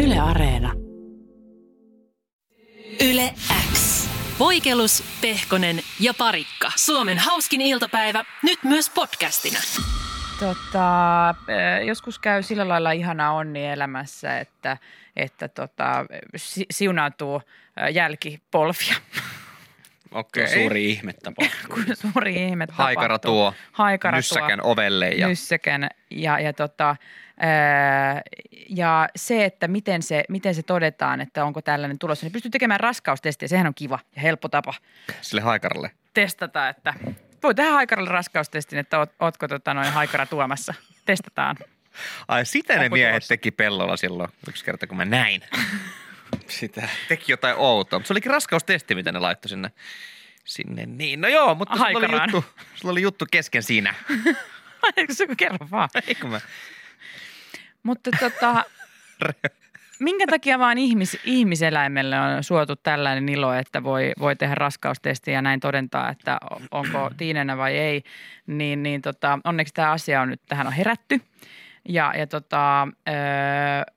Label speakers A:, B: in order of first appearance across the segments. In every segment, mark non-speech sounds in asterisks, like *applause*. A: Yle Areena.
B: Yle X. Voikelus, Pehkonen ja Parikka. Suomen hauskin iltapäivä, nyt myös podcastina.
C: Tota, joskus käy sillä lailla ihanaa onni elämässä, että, että tota, si- siunaantuu jälkipolvia. *laughs*
D: Okei. Okay.
E: Suuri ihme tapahtuu.
C: Kun suuri ihme tapahtuu.
D: *laughs* Haikara tuo
C: Haikara
D: nyssäkän
C: tuo
D: ovelle ja
C: nyssäkän. Ja, ja, tota, ää, ja se, että miten se, miten se todetaan, että onko tällainen tulossa, niin pystyy tekemään raskaustestiä. Sehän on kiva ja helppo tapa
D: sille haikaralle.
C: testata, että voi tehdä haikaralle raskaustestin, että oot, ootko tota, noin haikara tuomassa. Testataan. *laughs*
D: Ai sitä ne
C: Onko
D: miehet
C: tulossa?
D: teki pellolla silloin yksi kerta, kun
C: *laughs*
D: mä näin.
E: Sitä.
D: Teki jotain outoa, mutta se olikin raskaustesti, mitä ne laittoi sinne. Sinne niin. No joo, mutta sulla oli,
C: Aikanaan.
D: juttu, sulla oli juttu kesken
C: *laughs*
D: siinä.
C: Eikö se kerro vaan?
D: Eikö mä?
C: Mutta tota, minkä takia vaan ihmis, ihmiseläimelle on suotu tällainen ilo, että voi, voi tehdä raskaustestiä ja näin todentaa, että o- onko tiinenä vai ei, niin, niin tota, onneksi tämä asia on nyt, tähän on herätty. Ja, ja tota, öö,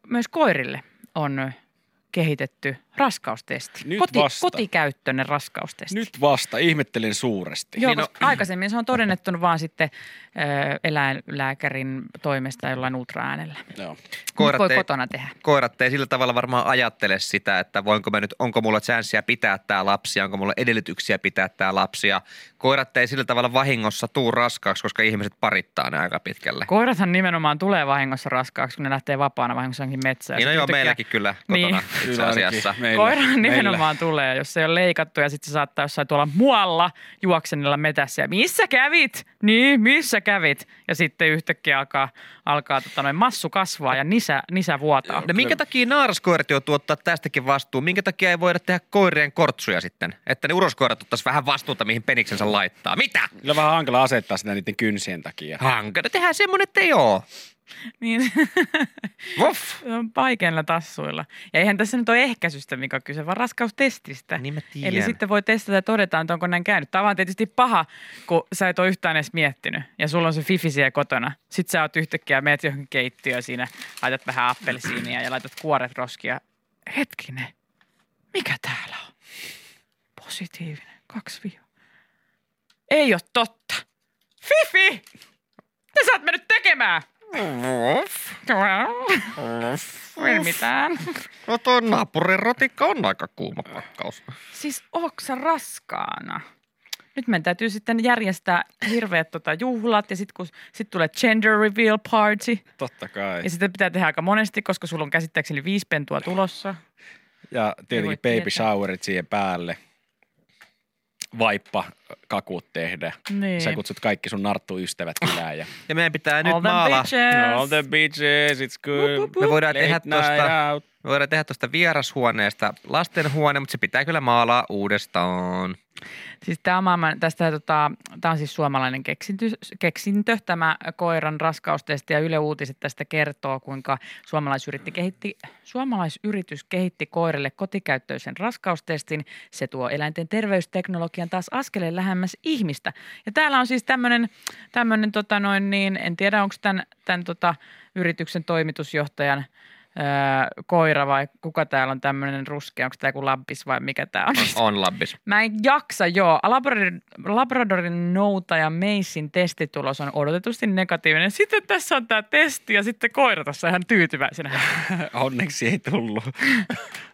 C: myös koirille on kehitetty raskaustesti,
E: Nyt
C: Koti,
E: vasta.
C: kotikäyttöinen raskaustesti.
E: Nyt vasta, ihmettelen suuresti.
C: Joo,
D: Niin no-
C: koska aikaisemmin se on todennettu vaan sitten öö, eläinlääkärin toimesta jollain ultraäänellä.
E: Joo.
C: Nyt voi
D: ei-
C: kotona tehdä.
D: koirat ei sillä tavalla varmaan ajattele sitä, että voinko mä nyt, onko mulla chanssiä pitää tämä lapsi, onko mulla edellytyksiä pitää tämä lapsi. Ja koirat ei sillä tavalla vahingossa tuu raskaaksi, koska ihmiset parittaa ne aika pitkälle.
C: Koirathan nimenomaan tulee vahingossa raskaaksi, kun ne lähtee vapaana vahingossa johonkin metsään.
D: Niin no
C: Sitten
D: joo,
C: yhtäkkiä
D: meilläkin kyllä kotona
C: Niin.
D: niin. itse
E: Kyllä ainakin
D: asiassa.
E: meillä-
C: Koirahan
E: meillä.
C: nimenomaan tulee, jos se ei ole leikattu ja sitten se saattaa jossain tuolla muualla juoksenilla metässä. Ja missä kävit? Niin, missä kävit? Ja sitten yhtäkkiä alkaa, alkaa tota noin, massu kasvaa ja nisä, nisä vuotaa.
D: No minkä takia naaraskoirat joutuu ottaa tästäkin vastuun? Minkä takia ei voida tehdä koirien kortsuja sitten? Että ne uroskoirat ottaisi vähän vastuuta, mihin peniksensä laittaa. Mitä?
E: Kyllä vähän hankala asettaa sitä niiden kynsien takia.
D: Hankala. Tehdään semmoinen, että ei oo.
C: Niin, *laughs*
D: Voff.
C: vaikeilla tassuilla. Ja eihän tässä nyt ole ehkäisystä, mikä on kyse, vaan raskaustestistä.
D: Niin mä tiedän.
C: Eli sitten voi testata ja todetaan, että onko näin käynyt. Tämä on tietysti paha, kun sä et ole yhtään edes miettinyt ja sulla on se fifi siellä kotona. Sitten sä oot yhtäkkiä, meet johonkin keittiöön siinä, laitat vähän appelsiinia ja laitat kuoret roskia. Hetkinen, mikä täällä on? Positiivinen, kaksi viiva. Ei ole totta. Fifi! Mitä sä oot mennyt tekemään?
D: Voff.
C: Ei mitään.
D: No tuo naapurin rotikka on aika kuuma pakkaus.
C: Siis oksa raskaana? Nyt meidän täytyy sitten järjestää hirveät tota, juhlat ja sitten kun sit tulee gender reveal party.
E: Totta kai.
C: Ja sitä pitää tehdä aika monesti, koska sulla on käsittääkseni viisi pentua tulossa.
E: Ja tietenkin
C: voi
E: baby
C: tietää.
E: showerit siihen päälle. Vaippa kakut tehdä.
C: Niin.
E: Sä kutsut kaikki sun narttuystävät
C: *laughs*
E: kylään. Ja...
D: Ja meidän pitää
C: All
D: nyt
C: them
D: maalaa.
C: bitches.
E: All the bitches, it's
C: Wup, wup,
E: good.
C: wup.
D: Me voidaan
E: Late
D: tehdä
E: night
D: tuosta
E: out. *laughs*
D: me voidaan tehdä tuosta vierashuoneesta lastenhuone, mutta se pitää kyllä maalaa uudestaan.
C: Siis tämä, maailman, tästä, tota, tämä on siis suomalainen keksintö, keksintö, tämä koiran raskaustesti ja Yle Uutiset tästä kertoo, kuinka suomalaisyritti kehitti, suomalaisyritys kehitti koirille kotikäyttöisen raskaustestin. Se tuo eläinten terveysteknologian taas askeleen lähemmäs ihmistä. Ja täällä on siis tämmöinen, tämmöinen tota noin niin, en tiedä onko tämän, tämän tota, yrityksen toimitusjohtajan öö, koira vai kuka täällä on tämmöinen ruskea, onko tämä joku labbis vai mikä tämä on?
D: On labbis.
C: Mä en jaksa, joo. Labradorin, Labradorin nouta ja Meissin testitulos on odotetusti negatiivinen. Sitten tässä on tämä testi ja sitten koira tässä ihan tyytyväisenä.
E: Onneksi ei tullut.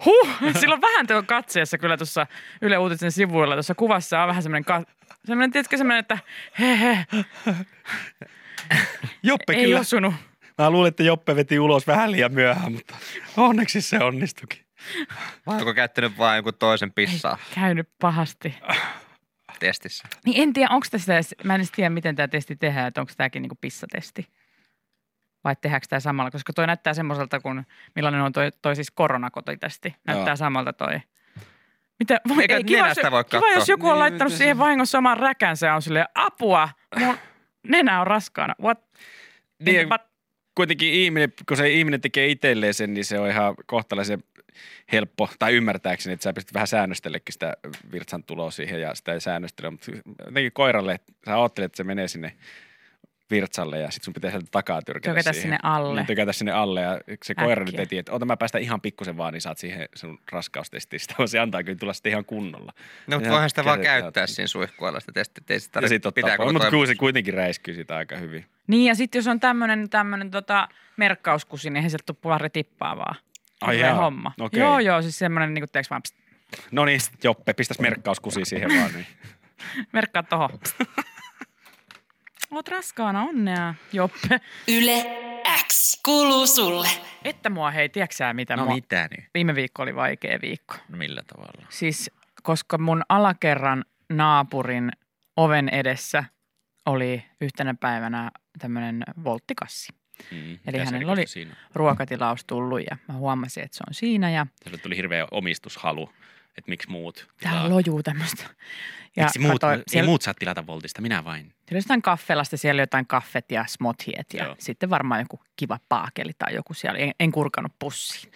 C: Huh, sillä on vähän tuon katseessa kyllä tuossa Yle Uutisen sivuilla. Tuossa kuvassa on vähän semmoinen, ka- semmoinen tiedätkö semmoinen, että he, he,
E: Joppe
C: ei
E: kyllä.
C: osunut.
E: Mä luulin, että Joppe veti ulos vähän liian myöhään, mutta onneksi se onnistukin.
D: Vai onko käyttänyt vain jonkun toisen pissaa
C: Käynyt pahasti.
D: testissä?
C: Niin en tiedä, onko tässä, edes- mä en edes tiedä, miten tämä testi tehdään, että onko tämäkin niinku pissatesti. Vai tehdäänkö tämä samalla, koska toi näyttää semmoiselta kuin, millainen on toi, toi siis koronakotitesti. Näyttää
E: Joo.
C: samalta toi. Mitä, voi,
D: Eikä
C: ei, kiva, jos,
D: nenästä voi
C: kiva
D: katsoa.
C: jos joku on
E: Niin,
C: laittanut
E: miten
C: siihen
E: se-
C: vahingossa oman räkänsä ja on silleen, apua, mun nenä on raskaana. What?
E: Niin,
C: But-
E: kuitenkin ihminen, kun se ihminen tekee itselleen sen, niin se on ihan kohtalaisen helppo, tai ymmärtääkseni, että sä pystyt vähän säännöstellekin sitä virtsan tuloa siihen ja sitä ei säännöstele, mutta jotenkin koiralle, sä ajattelet, että se menee sinne virtsalle ja sitten sun pitää sieltä takaa tyrkätä
C: Tökätä
E: siihen.
C: sinne alle.
E: Niin, tykätä sinne alle ja se koira nyt
C: Äkkiä.
E: ei tiedä, että ota mä päästä ihan pikkusen vaan, niin saat siihen sun raskaustestistä, *laughs* vaan se antaa kyllä tulla sitten ihan kunnolla.
D: No, mutta
E: Ja
D: voihan sitä vaan
E: kädet
D: käyttää
E: täyteen.
D: siinä suihkualla sitä testiä. Ei sitä
E: Ja
D: tarvitse
E: sitten
D: pitää
E: ottaa pois.
D: koko
E: Mutta
D: toimi-
E: kyllä se kuitenkin räiskyy sitä aika hyvin.
C: Niin ja sitten jos on tämmöinen tämmönen tota, merkkauskusi, niin eihän sieltä tule pari tippaa vaan.
E: Ai
C: Hirveä
E: jaa.
C: homma.
E: Okei.
C: Joo, joo, siis semmoinen niin kuin, vaan, pst,
E: No niin, Joppe, pistäs merkkauskusi siihen vaan. Niin.
C: merkkaa tohon. Oot raskaana, onnea, Joppe.
B: Yle X kuuluu sulle.
C: Että mua hei, tiedätkö sä mitä
D: No
C: mua?
D: mitä nyt?
C: Viime viikko oli vaikea viikko.
D: No, millä tavalla?
C: Siis koska mun alakerran naapurin oven edessä oli yhtenä päivänä tämmöinen volttikassi.
E: Mm,
C: Eli hänellä oli
E: Siinä?
C: ruokatilaus tullut ja mä huomasin, että se on siinä ja
E: Sille tuli hirveä omistushalu, että miksi muut
C: täällä lojuu tämmöistä. Ja
E: Miksi muut,
C: katsoin,
E: ei
C: siellä,
E: muut saa tilata Voltista, minä vain.
C: siellä oli jotain kaffelasta, siellä oli jotain kaffet ja smothiet ja
E: Joo.
C: sitten varmaan joku kiva paakeli tai joku siellä. En, en kurkanut pussiin,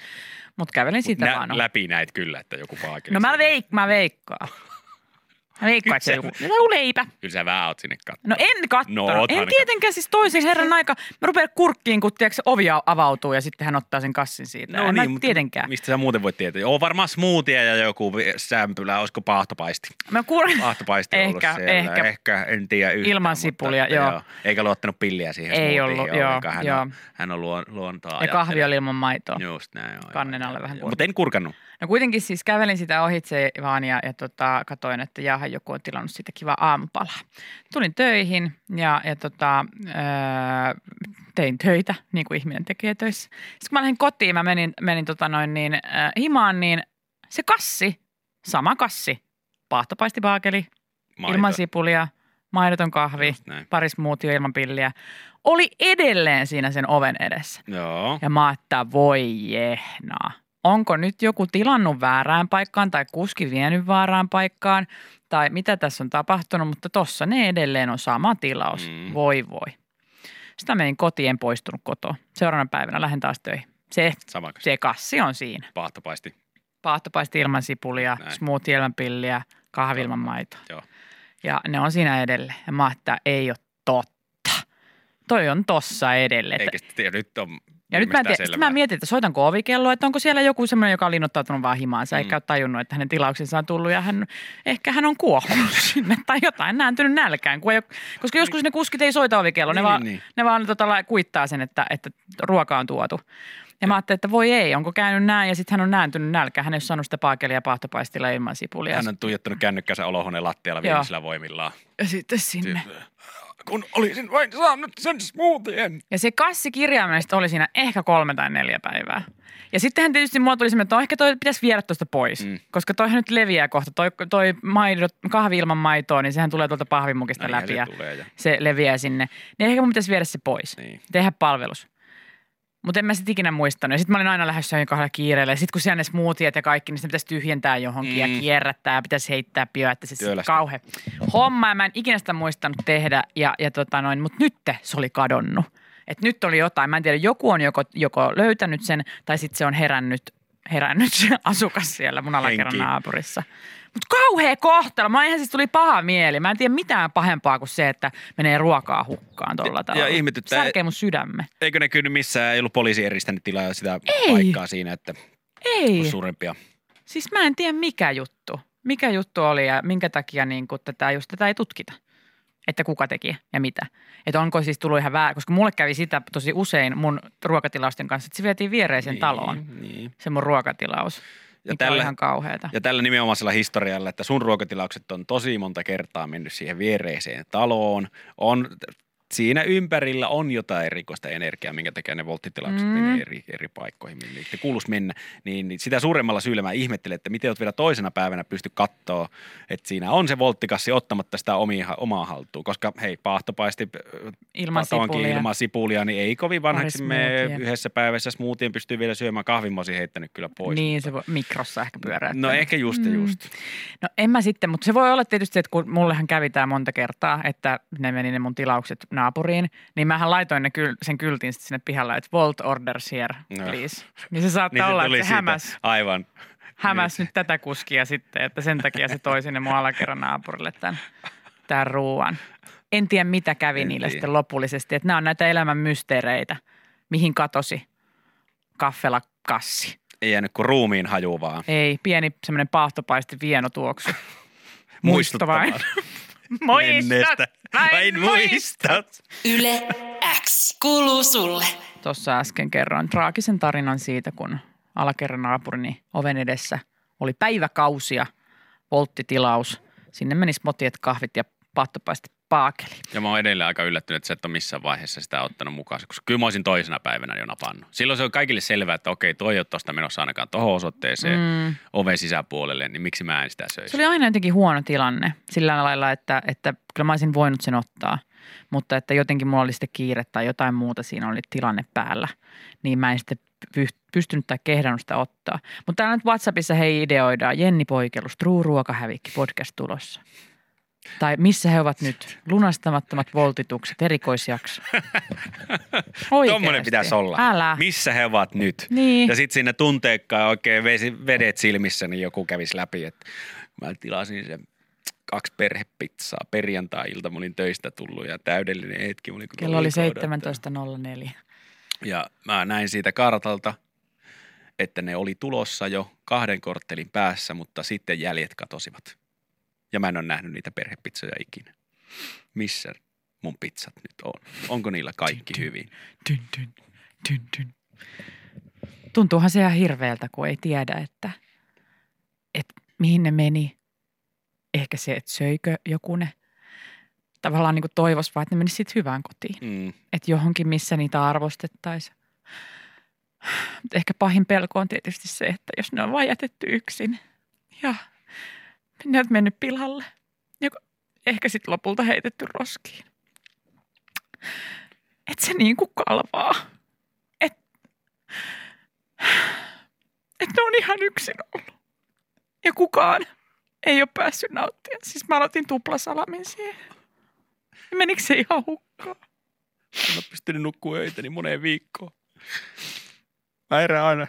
C: mutta kävelin siitä
E: Nä,
C: vaan. ohi.
E: läpi näit kyllä, että joku paakeli.
C: No mä,
E: siellä.
C: veik, mä veikkaan. Mä veikkaan, että se
E: Kyllä
C: joku, No joku leipä.
E: Kyllä sä vähän oot sinne katsoa.
C: No en
E: No,
C: kattonut.
E: oothan
C: en
E: kattonut.
C: tietenkään siis toisen herran aika. Mä rupean kurkkiin, kun tiedätkö, se ovi avautuu ja sitten hän ottaa sen kassin
E: No
C: siitä. no en mä tietenkään.
E: niin, Mistä sä muuten voit tietää? Joo, varmaan smoothie ja joku vi- sämpylä, olisiko
C: *laughs*
E: pahtopaisti.
C: Mä kuulen,
E: Pahtopaisti on ollut
C: Ehkä-
E: siellä.
C: ehkä.
E: ehkä en tiedä yhtään.
C: Ilman
E: mutta-
C: sipulia, joo.
E: Eikä luottanut pilliä siihen
C: Ei
E: smoothiin
C: ollut, joo,
E: ollenkaan. Hän,
C: joo.
E: On, hän on luon, luontaa
C: ja kahvi oli ilman maitoa.
E: Just näin. joo,
C: Kannen
E: joo,
C: alle
E: joo,
C: vähän
E: joo. Mutta en kurkannut.
C: No kuitenkin siis kävelin sitä ohitse vaan ja, ja tota, katoin, että jaha, joku on tilannut sitä kivaa aamupalaa. Tulin töihin ja, ja tota, öö, tein töitä, niin kuin ihminen tekee töissä. Sitten kun mä lähdin kotiin, mä menin, menin tota noin niin, äh, himaan, niin se kassi, sama kassi, pahtopaistipaakeli,
E: Maito.
C: ilman sipulia, maidoton kahvi,
E: Just näin.
C: paris muutio ilman pilliä, oli edelleen siinä sen oven edessä.
E: Joo.
C: Ja mä että voi jehnaa. Onko nyt joku tilannut väärään paikkaan tai kuski vienyt väärään paikkaan tai mitä tässä on tapahtunut, mutta tossa ne edelleen on sama tilaus.
E: Mm.
C: Mm. Voi voi. Sitä menin kotiin, en poistunut kotoa. Seuraavana päivänä lähden taas töihin. Se,
E: Sama kuin
C: se kassi on siinä.
E: pahtopaisti.
C: Paahtopaisti ilman sipulia,
E: Näin.
C: smoothie ilman pilliä, kahvi ilman maitoa.
E: Joo.
C: Ja ne on siinä edelleen. Ja mä että ei ole totta. Toi on tossa edelleen.
E: Eikä sitä tiedä, nyt
C: Ja
E: on
C: nyt mä, en
E: viimeistään
C: tiedä, sit
E: selvää.
C: mä mietin, että soitanko ovikelloa, että onko siellä joku semmoinen, joka on linnoittautunut vaan himaansa,
E: Mm.
C: mm. eikä ole tajunnut, että hänen tilauksensa on tullut ja hän, ehkä hän on kuohunut *laughs* sinne tai jotain, nääntynyt nälkään. Kun ei ole, koska joskus ne kuskit ei soita ovikelloa, ne,
E: Niin,
C: vaan,
E: niin, niin.
C: ne vaan tota, la- kuittaa sen, että, että ruoka on tuotu. Ja mä ajattelin, että voi ei, onko käynyt näin ja sitten hän on nääntynyt nälkään. Hän ei ole saanut sitä paakelia pahtopaistilla ilman sipulia.
E: Hän on tuijottanut kännykkänsä olohuoneen lattialla
C: Joo.
E: viimeisillä voimillaan. Siis-
C: Ja sitten sinne.
E: Kun olisin vain saanut sen smoothien.
C: Ja se kassi kirjaimellisesti oli siinä ehkä kolme tai neljä päivää. Ja sittenhän tietysti mulla tuli semmoinen, että no ehkä toi pitäisi viedä tuosta pois,
E: Mm.
C: mm. koska toihan nyt leviää kohta. Toi, toi maidot, kahvi ilman maitoa, niin sehän tulee tuolta pahvimukista
E: Näinhän
C: läpi
E: se
C: ja
E: No niin, tulee ja-
C: se leviää sinne. Niin ehkä mun pitäisi viedä se pois,
E: Niin.
C: tehdä palvelus. Mutta en mä sitä ikinä muistanut. Ja sitten mä olin aina lähdössä johonkin kahdella kiireellä. Ja sitten kun siellä ne smoothiet ja kaikki, niin sitä pitäisi tyhjentää johonkin
E: Mm.
C: ja kierrättää ja pitäisi heittää pioa, että se
E: Työlästä.
C: siis kauhe homma. Ja mä en ikinä sitä muistanut tehdä. Ja, ja tota noin, mutta nyt se oli kadonnut. Et nyt oli jotain. Mä en tiedä, joku on joko, joko löytänyt sen tai sitten se on herännyt, herännyt *laughs* se asukas siellä mun alakerran
E: Henkiin.
C: naapurissa. Mutta kauhea kohtalo. Mä ihan siis tuli paha mieli. Mä en tiedä mitään pahempaa kuin se, että menee ruokaa hukkaan
E: Ja
C: tuolla tavalla.
E: ihmetyttää-
C: Särkee mun sydämme.
E: Eikö ne kyllä missään, ei ollut poliisi eristänyt tilaa sitä
C: Ei.
E: paikkaa siinä, että on
C: Ei.
E: suurempia.
C: Siis mä en tiedä mikä juttu. Mikä juttu oli ja minkä takia niin kun tätä, just tätä ei tutkita. Että kuka teki ja mitä. Että onko siis tullut ihan väärä, koska mulle kävi sitä tosi usein mun ruokatilausten kanssa, että se vietiin viereisen taloon,
E: Niin.
C: se mun ruokatilaus,
E: Ja,
C: mikä tällä... oli
E: tällä,
C: ihan kauheata.
E: ja tällä nimenomaisella historialla, että sun ruokatilaukset on tosi monta kertaa mennyt siihen viereiseen taloon, on siinä ympärillä on jotain rikosta energiaa, minkä takia ne volttitilaukset mm.
C: Mm.
E: menee eri, eri paikkoihin, minne niiden kuuluisi mennä. Niin, niin sitä suuremmalla syyllä mä ihmettelen, että miten oot vielä toisena päivänä pysty katsoa, että siinä on se volttikassi ottamatta sitä omia, omaa haltuun. Koska hei, paahtopaisti äh,
C: Ilman
E: patonki
C: sipulia.
E: ilman sipulia, niin ei kovin vanhaksi
C: Pari
E: me
C: smoothieä.
E: yhdessä päivässä smoothien pystyy vielä syömään kahvimosi heittänyt kyllä pois.
C: Niin, se voi mikrossa ehkä pyöräyttää.
E: No ehkä just ja
C: Mm.
E: just.
C: No en mä sitten, mutta se voi olla tietysti, että kun mullehan kävi tämä monta kertaa, että ne meni ne mun tilaukset naapuriin, niin mähän laitoin ne kyl, sen kyltin sitten sinne pihalla, että Volt orders here,
E: No.
C: please. Niin se saattaa olla, että se hämäs,
E: aivan.
C: hämäs
E: Niin.
C: nyt tätä kuskia sitten, että sen takia se toi sinne mun alakerran naapurille tämän, tämän ruuan. en tiedä mitä kävi en
E: En
C: niillä
E: tiedä.
C: sitten lopullisesti. Että nämä on näitä elämän mysteereitä, mihin katosi kaffela kassi.
E: Ei jäänyt kuin ruumiin haju vaan.
C: Ei, pieni semmoinen paahtopaiste vieno tuoksu. Muisto vain. *laughs*
E: Menneestä.
C: Muistat,
E: Vain muistat.
B: Yle X kuuluu sulle.
C: Tuossa äsken kerroin traagisen tarinan siitä, kun alakerran naapurini oven edessä oli päiväkausia, volttitilaus. Sinne meni motiet, kahvit ja paahtopaiste paakeli.
A: Ja mä oon edelleen aika yllättynyt, että sä et ole missään vaiheessa sitä ottanut mukaan, koska kyllä mä olisin toisena päivänä jo napannut. Silloin se on kaikille selvää, että okei, toi ei ole tosta menossa ainakaan tohon osoitteeseen
C: Mm.
A: oven sisäpuolelle, niin miksi mä en sitä söisi?
C: Se oli aina jotenkin huono tilanne sillä lailla, että, että kyllä mä olisin voinut sen ottaa, mutta että jotenkin mulla oli sitten kiire tai jotain muuta siinä oli tilanne päällä, niin mä en sitten py- pystynyt tai kehdannut sitä ottaa. Mutta täällä nyt WhatsAppissa hei ideoidaan Jenni Poikelus, True Ruokahävikki podcast tulossa. Tai missä he ovat nyt? Lunastamattomat voltitukset, erikoisjakso. Oikeasti.
E: *laughs* Tommonen pitäisi olla.
C: Älä.
E: Missä he ovat nyt?
C: Niin.
E: Ja sitten sinne tunteekkaan oikein vesi, vedet silmissä, niin joku kävisi läpi, että mä tilasin sen kaksi perhepizzaa perjantai-ilta, mä olin töistä tullut ja täydellinen hetki. Mä olin, kun
C: Kello oli
E: liikaa odottanut.
C: 17.04.
E: Ja mä näin siitä kartalta, että ne oli tulossa jo kahden korttelin päässä, mutta sitten jäljet katosivat. Ja mä en ole nähnyt niitä perhepizzoja ikinä. Missä mun pizzat nyt on? Onko niillä kaikki hyvin?
C: Dyn, dyn, dyn, dyn. Tuntuuhan se ihan hirveältä, kun ei tiedä, että, että mihin ne meni. Ehkä se, että söikö joku ne. Tavallaan niin toivos vaan, että ne menisi sitten hyvään kotiin.
E: Mm.
C: Että johonkin, missä niitä arvostettaisiin. Mutta ehkä pahin pelko on tietysti se, että jos ne on vaan jätetty yksin. Ja ne on mennyt pilalle. Joka ehkä sitten lopulta heitetty roskiin. Et se niin kuin kalvaa. Et, et ne on ihan yksin ollut. Ja kukaan ei ole päässyt nauttia. Siis mä aloitin tuplasalamin siihen. Menikö se ihan hukkaan?
E: En ole pystynyt nukkua öitäni moneen viikkoon. Mä erään aina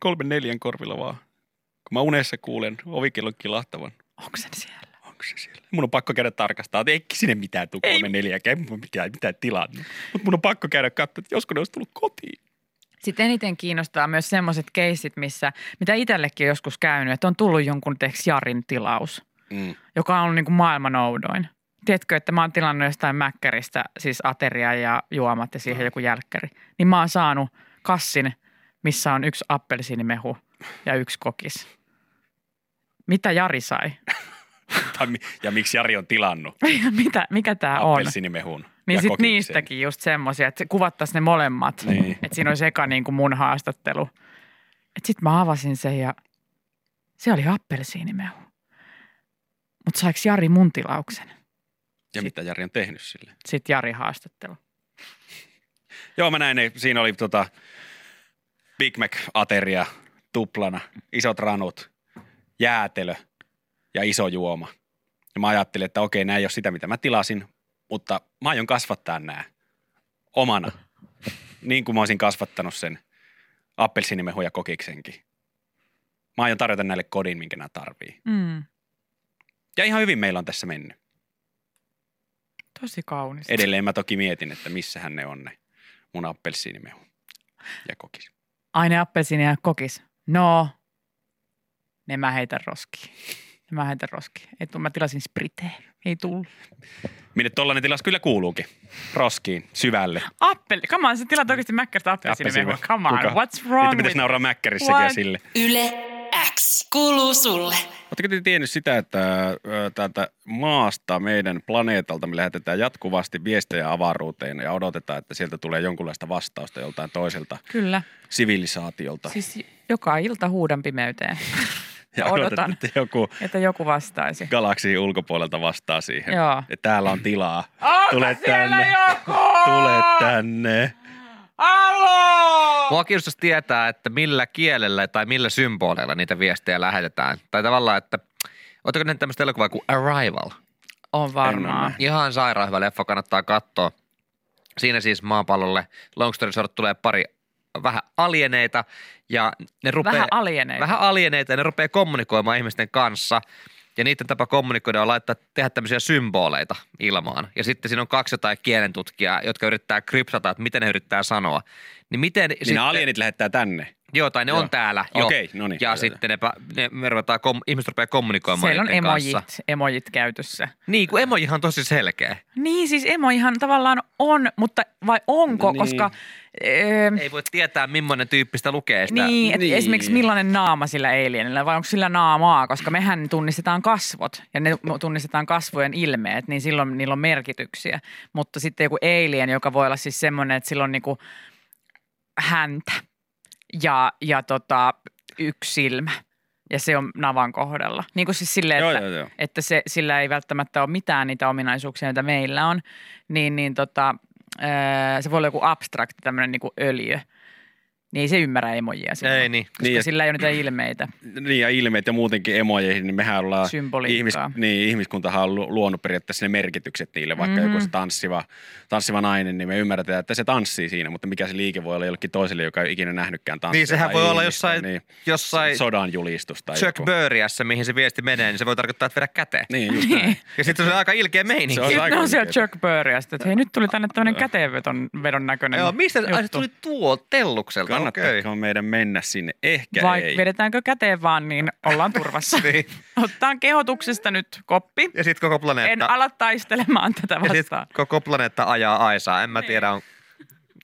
E: kolmen neljän korvilla vaan. Kun mä unessa kuulen ovikellon kilahtavan.
C: Onko se siellä?
E: Onko se siellä? Mun on pakko käydä tarkastaa, että ei sinne mitään tule
C: Ei.
E: kolme neljä, ei mun mitään, mitään tilanne. Mutta mun on pakko käydä katsomaan, että josko ne olisi tullut kotiin.
C: Sitten eniten kiinnostaa myös semmoiset keisit, missä, mitä itsellekin on joskus käynyt, että on tullut jonkun teeksi Jarin tilaus,
E: Mm.
C: joka on niin kuin maailman oudoin. Tiedätkö, että mä oon tilannut jostain mäkkäristä, siis ateria ja juomat ja siihen joku jälkkäri. Niin mä oon saanut kassin, missä on yksi appelsiinimehu ja yksi kokis. Mitä Jari sai? *laughs*
E: Tai mi- ja miksi Jari on tilannut
C: Mitä, mikä tämä on?
E: appelsinimehun
C: Niin
E: ja
C: sit
E: kokiksen?
C: niistäkin just semmoisia, että kuvattaisiin ne molemmat.
E: Niin.
C: Että siinä olisi eka niin kuin mun haastattelu. Että sit mä avasin sen ja se oli appelsiinimehu. Mutta saiko Jari mun tilauksen?
E: Ja mitä Jari on tehnyt sille?
C: Sitten Jari haastattelu.
E: Joo, mä näin, ne, siinä oli tota Big Mac-ateria tuplana, isot ranut, jäätelö ja iso juoma. Ja mä ajattelin, että okei, nämä ei ole sitä, mitä mä tilasin, mutta mä aion kasvattaa nämä omana, niin kuin mä olisin kasvattanut sen appelsiinimehun ja kokiksenkin. Mä aion tarjota näille kodin, minkä nämä tarvii.
C: Mm,
E: Ja ihan hyvin meillä on tässä mennyt.
C: tosi kaunis.
E: Edelleen mä toki mietin, että missähän ne on ne mun appelsiinimehu ja kokis.
C: Aine appelsiini ja kokis. No, ne mä heitän roskiin. Ne mä heitän roskiin. Ei tuu, mä tilasin spritee. Ei tullut.
E: Minne tollainen tilas kyllä kuuluukin. Roskiin, syvälle.
C: Appeli, come on, sä tilat oikeasti mäkkäristä appelsiinimehua.
E: Appelsiinimehua.
C: Come on,
E: Kuka?
C: what's
E: Niitä
C: wrong
E: pitäisi
C: with
E: nauraa mäkkärissäkin ja
C: What?
E: sille.
B: Yle X kuuluu sulle.
E: Oletteko te tiennyt sitä, että ö, täältä maasta, meidän planeetalta, me lähetetään jatkuvasti viestejä avaruuteen ja odotetaan, että sieltä tulee jonkunlaista vastausta joltain toiselta
C: Kyllä.
E: sivilisaatiolta.
C: Siis joka ilta huudan pimeyteen,
E: ja
C: odotan.
E: odotetaan, että joku
C: että joku vastaisi.
E: galaksin ulkopuolelta vastaa siihen.
C: Joo.
E: Ja täällä on tilaa.
C: Onko
E: Tule
C: siellä
E: tänne.
C: joku?
E: Tule tänne. Niin
C: Alo!
D: Mua kiinnostaisi tietää, että millä kielellä tai millä symboleilla niitä viestejä lähetetään. Tai tavallaan, että Oletteko nähnyt tämmöistä elokuvaa kuin Arrival?
C: On varmaan.
D: Ihan sairaan hyvä leffa, kannattaa katsoa. Siinä siis maapallolle long story short tulee pari vähän alieneita ja ne rupeaa...
C: Vähän alieneita.
D: Vähän alieneita ja ne rupeaa kommunikoimaan ihmisten kanssa. Ja niiden tapa kommunikoida on laittaa, tehdä tämmöisiä symboleita ilmaan. Ja sitten siinä on kaksi jotain kielentutkijaa, jotka yrittää kryptata, että miten ne yrittää sanoa. Niin miten
E: Niin sitten... alienit lähettää tänne.
D: Joo, tai ne
E: Joo.
D: on täällä. jo.
E: Okei, no niin.
D: Ja
E: Joo,
D: sitten ne, ne, me ruvetaan, kom, ihmiset rupeaa kommunikoimaan
C: Siellä on
D: niiden
C: emojit,
D: kanssa.
C: emojit käytössä.
D: Niin, kun emojihan on tosi selkeä.
C: Niin siis emojihan tavallaan on, mutta vai onko,
E: Niin.
C: niin. koska... Öö,
D: Ei voi tietää, millainen tyyppi sitä lukee sitä.
C: Niin,
E: Niin.
C: niin. esimerkiksi millainen naama sillä alienillä vai onko sillä naamaa, koska mehän tunnistetaan kasvot ja ne tunnistetaan kasvojen ilmeet, niin silloin niillä on merkityksiä. Mutta sitten joku alien, joka voi olla siis semmoinen, että sillä on niinku häntä ja, ja tota, yksi silmä ja se on navan kohdalla. Niin kuin siis silleen,
E: Joo,
C: että,
E: joo, joo.
C: että se, sillä ei välttämättä ole mitään niitä ominaisuuksia, mitä meillä on, niin, niin tota, öö, se voi olla joku abstrakti tämmöinen niinku öljö. Niin ei se ymmärrä emojia silloin,
D: Ei niin.
C: koska
E: Niin, ja-
C: sillä ei ole niitä ilmeitä.
E: Niin ja ilmeet ja muutenkin emojeihin, niin mehän ollaan
C: Symboliikkaa.
E: niin, ihmiskuntahan on lu- luonut periaatteessa ne merkitykset niille, vaikka mm-hmm.
C: Mhm.
E: joku se tanssiva, tanssiva nainen, niin me ymmärretään, että se tanssii siinä, mutta mikä se liike voi olla jollekin toiselle, joka ei ole ikinä nähnytkään tanssia.
D: Niin, sehän
E: tai
D: voi olla
E: ihmistä,
D: jossain,
E: Niin,
D: jossain
E: sodan julistus tai
D: Chuck
E: joku.
D: Berryässä, mihin se viesti menee, niin se voi tarkoittaa, että vedä käteen.
E: Niin, just näin.
D: *laughs* Ja sitten se on aika ilkeä meininki.
E: Se
D: Se
E: on
D: on
C: Sitten
E: aika
C: ne on siellä
E: oikeeta.
C: Chuck Burryä, sitten, että hei nyt tuli tänne tämmöinen käteenvedon vedon näköinen
D: *laughs* Joo, mistä ai, se
C: juttu.
D: tuli tuo tellukselta?
E: Kannattaako
D: Okei.
E: okay. meidän mennä sinne? Ehkä
C: Vai
E: ei.
C: vedetäänkö käteen vaan, niin ollaan turvassa.
D: *laughs* Niin.
C: Ottaan kehotuksesta nyt koppi.
D: Ja sitten koko planeetta.
C: En ala taistelemaan tätä
D: ja siis sit
C: vastaan.
D: koko planeetta ajaa aisaa. En
C: Niin.
D: mä tiedä, on,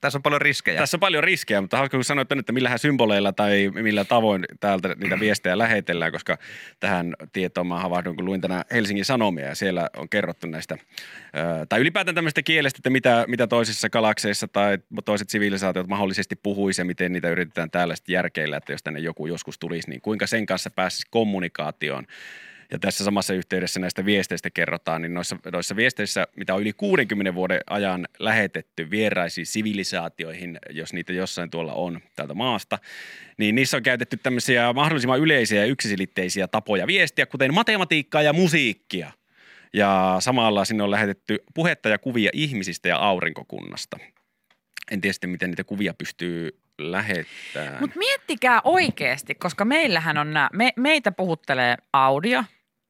D: tässä on paljon riskejä.
E: Tässä on paljon riskejä, mutta haluatko sanoa tänne, että millähän symboleilla tai millä tavoin täältä niitä viestejä lähetellään, koska tähän tietoon mä havahduin, kun luin tänään Helsingin Sanomia ja siellä on kerrottu näistä, ö, tai ylipäätään tämmöistä kielestä, että mitä, mitä toisissa galakseissa tai toiset sivilisaatiot mahdollisesti puhuisi ja miten niitä yritetään täällä sitten järkeillä, että jos tänne joku joskus tulisi, niin kuinka sen kanssa pääsisi kommunikaatioon. Ja tässä samassa yhteydessä näistä viesteistä kerrotaan, niin noissa, noissa viesteissä, mitä on yli 60 vuoden ajan lähetetty vieraisiin sivilisaatioihin, jos niitä jossain tuolla on täältä maasta, niin niissä on käytetty tämmöisiä mahdollisimman yleisiä ja yksisilitteisiä tapoja viestiä, kuten matematiikkaa ja musiikkia. Ja samalla sinne on lähetetty puhetta ja kuvia ihmisistä ja aurinkokunnasta. En tiedä sitten, miten niitä kuvia pystyy lähettämään.
C: Mutta miettikää oikeasti, koska meillähän on nämä, me, meitä puhuttelee audio,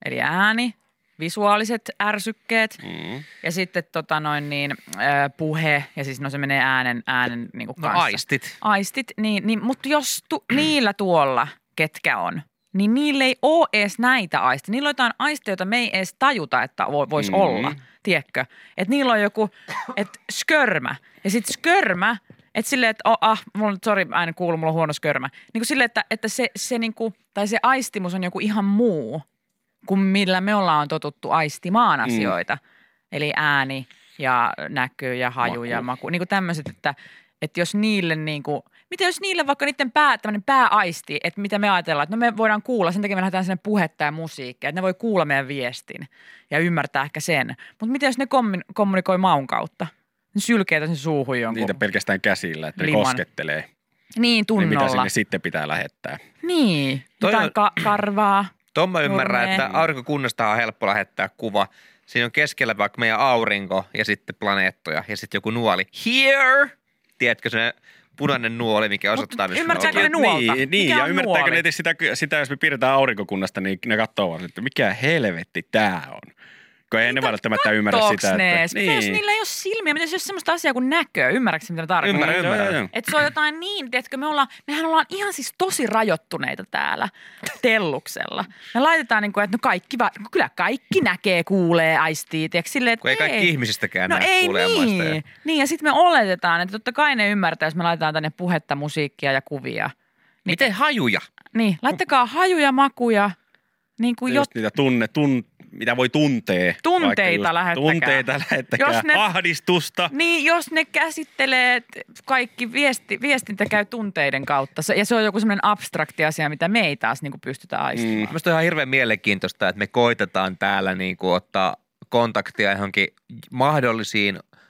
C: eli ääni, visuaaliset ärsykkeet
E: Mm.
C: ja sitten tota noin niin, ö, puhe ja siis no se menee äänen, äänen niin
D: No
C: kanssa.
D: aistit.
C: Aistit, niin, niin, mutta jos tu, niillä tuolla, ketkä on, niin niillä ei ole edes näitä aisteja. Niillä on jotain aisteja, joita me ei edes tajuta, että voisi
E: Mm.
C: mm. olla, tiedätkö? Että niillä on joku, että skörmä. Ja sitten skörmä, että silleen, että oh, ah, mulla nyt, sori, aina kuuluu, mulla on huono skörmä. Niin kuin silleen, että, että se, se niinku, tai se aistimus on joku ihan muu kuin millä me ollaan totuttu aistimaan asioita. Eli ääni ja näky ja haju
E: Maku.
C: ja maku. Niin kuin tämmöiset, että, että jos niille niin kuin, mitä jos niille vaikka niiden pää, tämmöinen pääaisti, että mitä me ajatellaan, että no me voidaan kuulla, sen takia me lähdetään sinne puhetta ja musiikkia, että ne voi kuulla meidän viestin ja ymmärtää ehkä sen. Mutta mitä jos ne kommun- kommunikoi maun kautta? Ne sylkee sen suuhun jonkun.
E: Niitä pelkästään käsillä, että ne
C: Liman.
E: koskettelee.
C: niin,
E: Niin mitä
C: tunnolla.
E: sinne sitten pitää lähettää?
C: Niin,
D: Toi
C: jotain
D: on-
C: ka- karvaa.
D: Tuon mä ymmärrän,
C: Nurmeen.
D: että aurinkokunnasta on helppo lähettää kuva. Siinä on keskellä vaikka meidän aurinko ja sitten planeettoja ja sitten joku nuoli. Here! Tiedätkö se punainen nuoli, mikä osoittaa, missä me
C: ymmärtääkö
D: ollaan?
C: ne nuolta?
E: Niin, niin
C: Mikä
E: ja
C: on
E: ymmärtääkö
C: nuoli?
E: ne edes sitä, sitä, jos me piirretään aurinkokunnasta, niin ne katsoo vaan, että mikä helvetti tämä on. Kun ei ne välttämättä ymmärrä
C: Kattoaks
E: sitä,
C: ne edes?
E: että... Niin.
C: Mitä jos niillä ei ole silmiä? Mitä jos ei ole semmoista asiaa kuin näköä? Ymmärrätkö sä, mitä mä tarkoitan?
D: Ymmärrän,
E: Joo, joo,
D: ymmärrän.
E: joo.
C: Että se on jotain niin, tiedätkö, me ollaan, mehän ollaan ihan siis tosi rajoittuneita täällä telluksella. Me laitetaan niin kuin, että no kaikki, va- kyllä kaikki näkee, kuulee, aistii, tiedätkö, silleen, että
D: Kun ei kaikki ihmisistäkään
C: No
D: näe
C: ei
D: kuulee ja maista ja-
C: niin. Niin ja sitten me oletetaan, että totta kai ne ymmärtää, jos me laitetaan tänne puhetta, musiikkia ja kuvia.
D: Miten hajuja?
C: Niin, laittakaa hajuja, makuja, niin kuin
E: Just
C: jot,
E: niitä tunne, tun, mitä voi tuntee.
C: Tunteita
E: Vaikka just
C: lähettäkää.
E: Tunteita lähettäkää.
C: Jos ne-
E: Ahdistusta.
C: Niin, jos ne käsittelee t- kaikki viesti, viestintä käy tunteiden kautta. Se, ja se on joku semmoinen abstrakti asia, mitä me ei taas niin kuin pystytä aistimaan. Mm.
D: Mielestäni on ihan hirveän mielenkiintoista, että me koitetaan täällä niin kuin ottaa kontaktia johonkin mahdollisiin äh,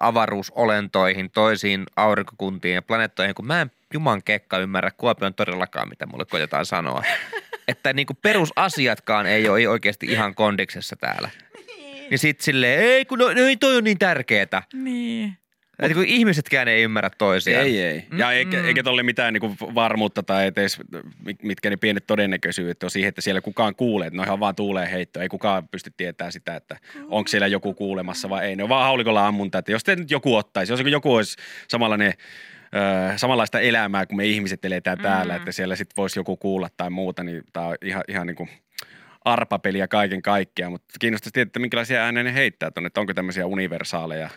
D: avaruusolentoihin, toisiin aurinkokuntiin ja planeettoihin, kun mä en juman kekka ymmärrä Kuopion todellakaan, mitä mulle koitetaan sanoa.
E: *laughs*
D: että niin kuin perusasiatkaan ei ole oikeasti ihan kondiksessa täällä. Niin sit silleen, ei kun no, no ei toi on niin tärkeetä.
C: Niin.
D: Mut, niin kuin ihmisetkään ei ymmärrä toisiaan.
E: Ei, ei. Ja eikä, eikä tolle mitään niinku varmuutta tai edes mit- mitkä ne pienet todennäköisyydet on siihen, että siellä kukaan kuulee. Että ne on ihan vaan tuuleen heitto. Ei kukaan pysty tietämään sitä, että onko siellä joku kuulemassa vai ei. Ne on vaan haulikolla ammunta. Että jos te nyt joku ottaisi, jos joku olisi samanlainen ö, samanlaista elämää, kun me ihmiset eletään mm. täällä, että siellä sitten voisi joku kuulla tai muuta, niin tämä on ihan, ihan niin kuin arpapeliä kaiken kaikkiaan, mutta kiinnostaisi tietää, että minkälaisia ääniä ne heittää tuonne, että onko tämmöisiä universaaleja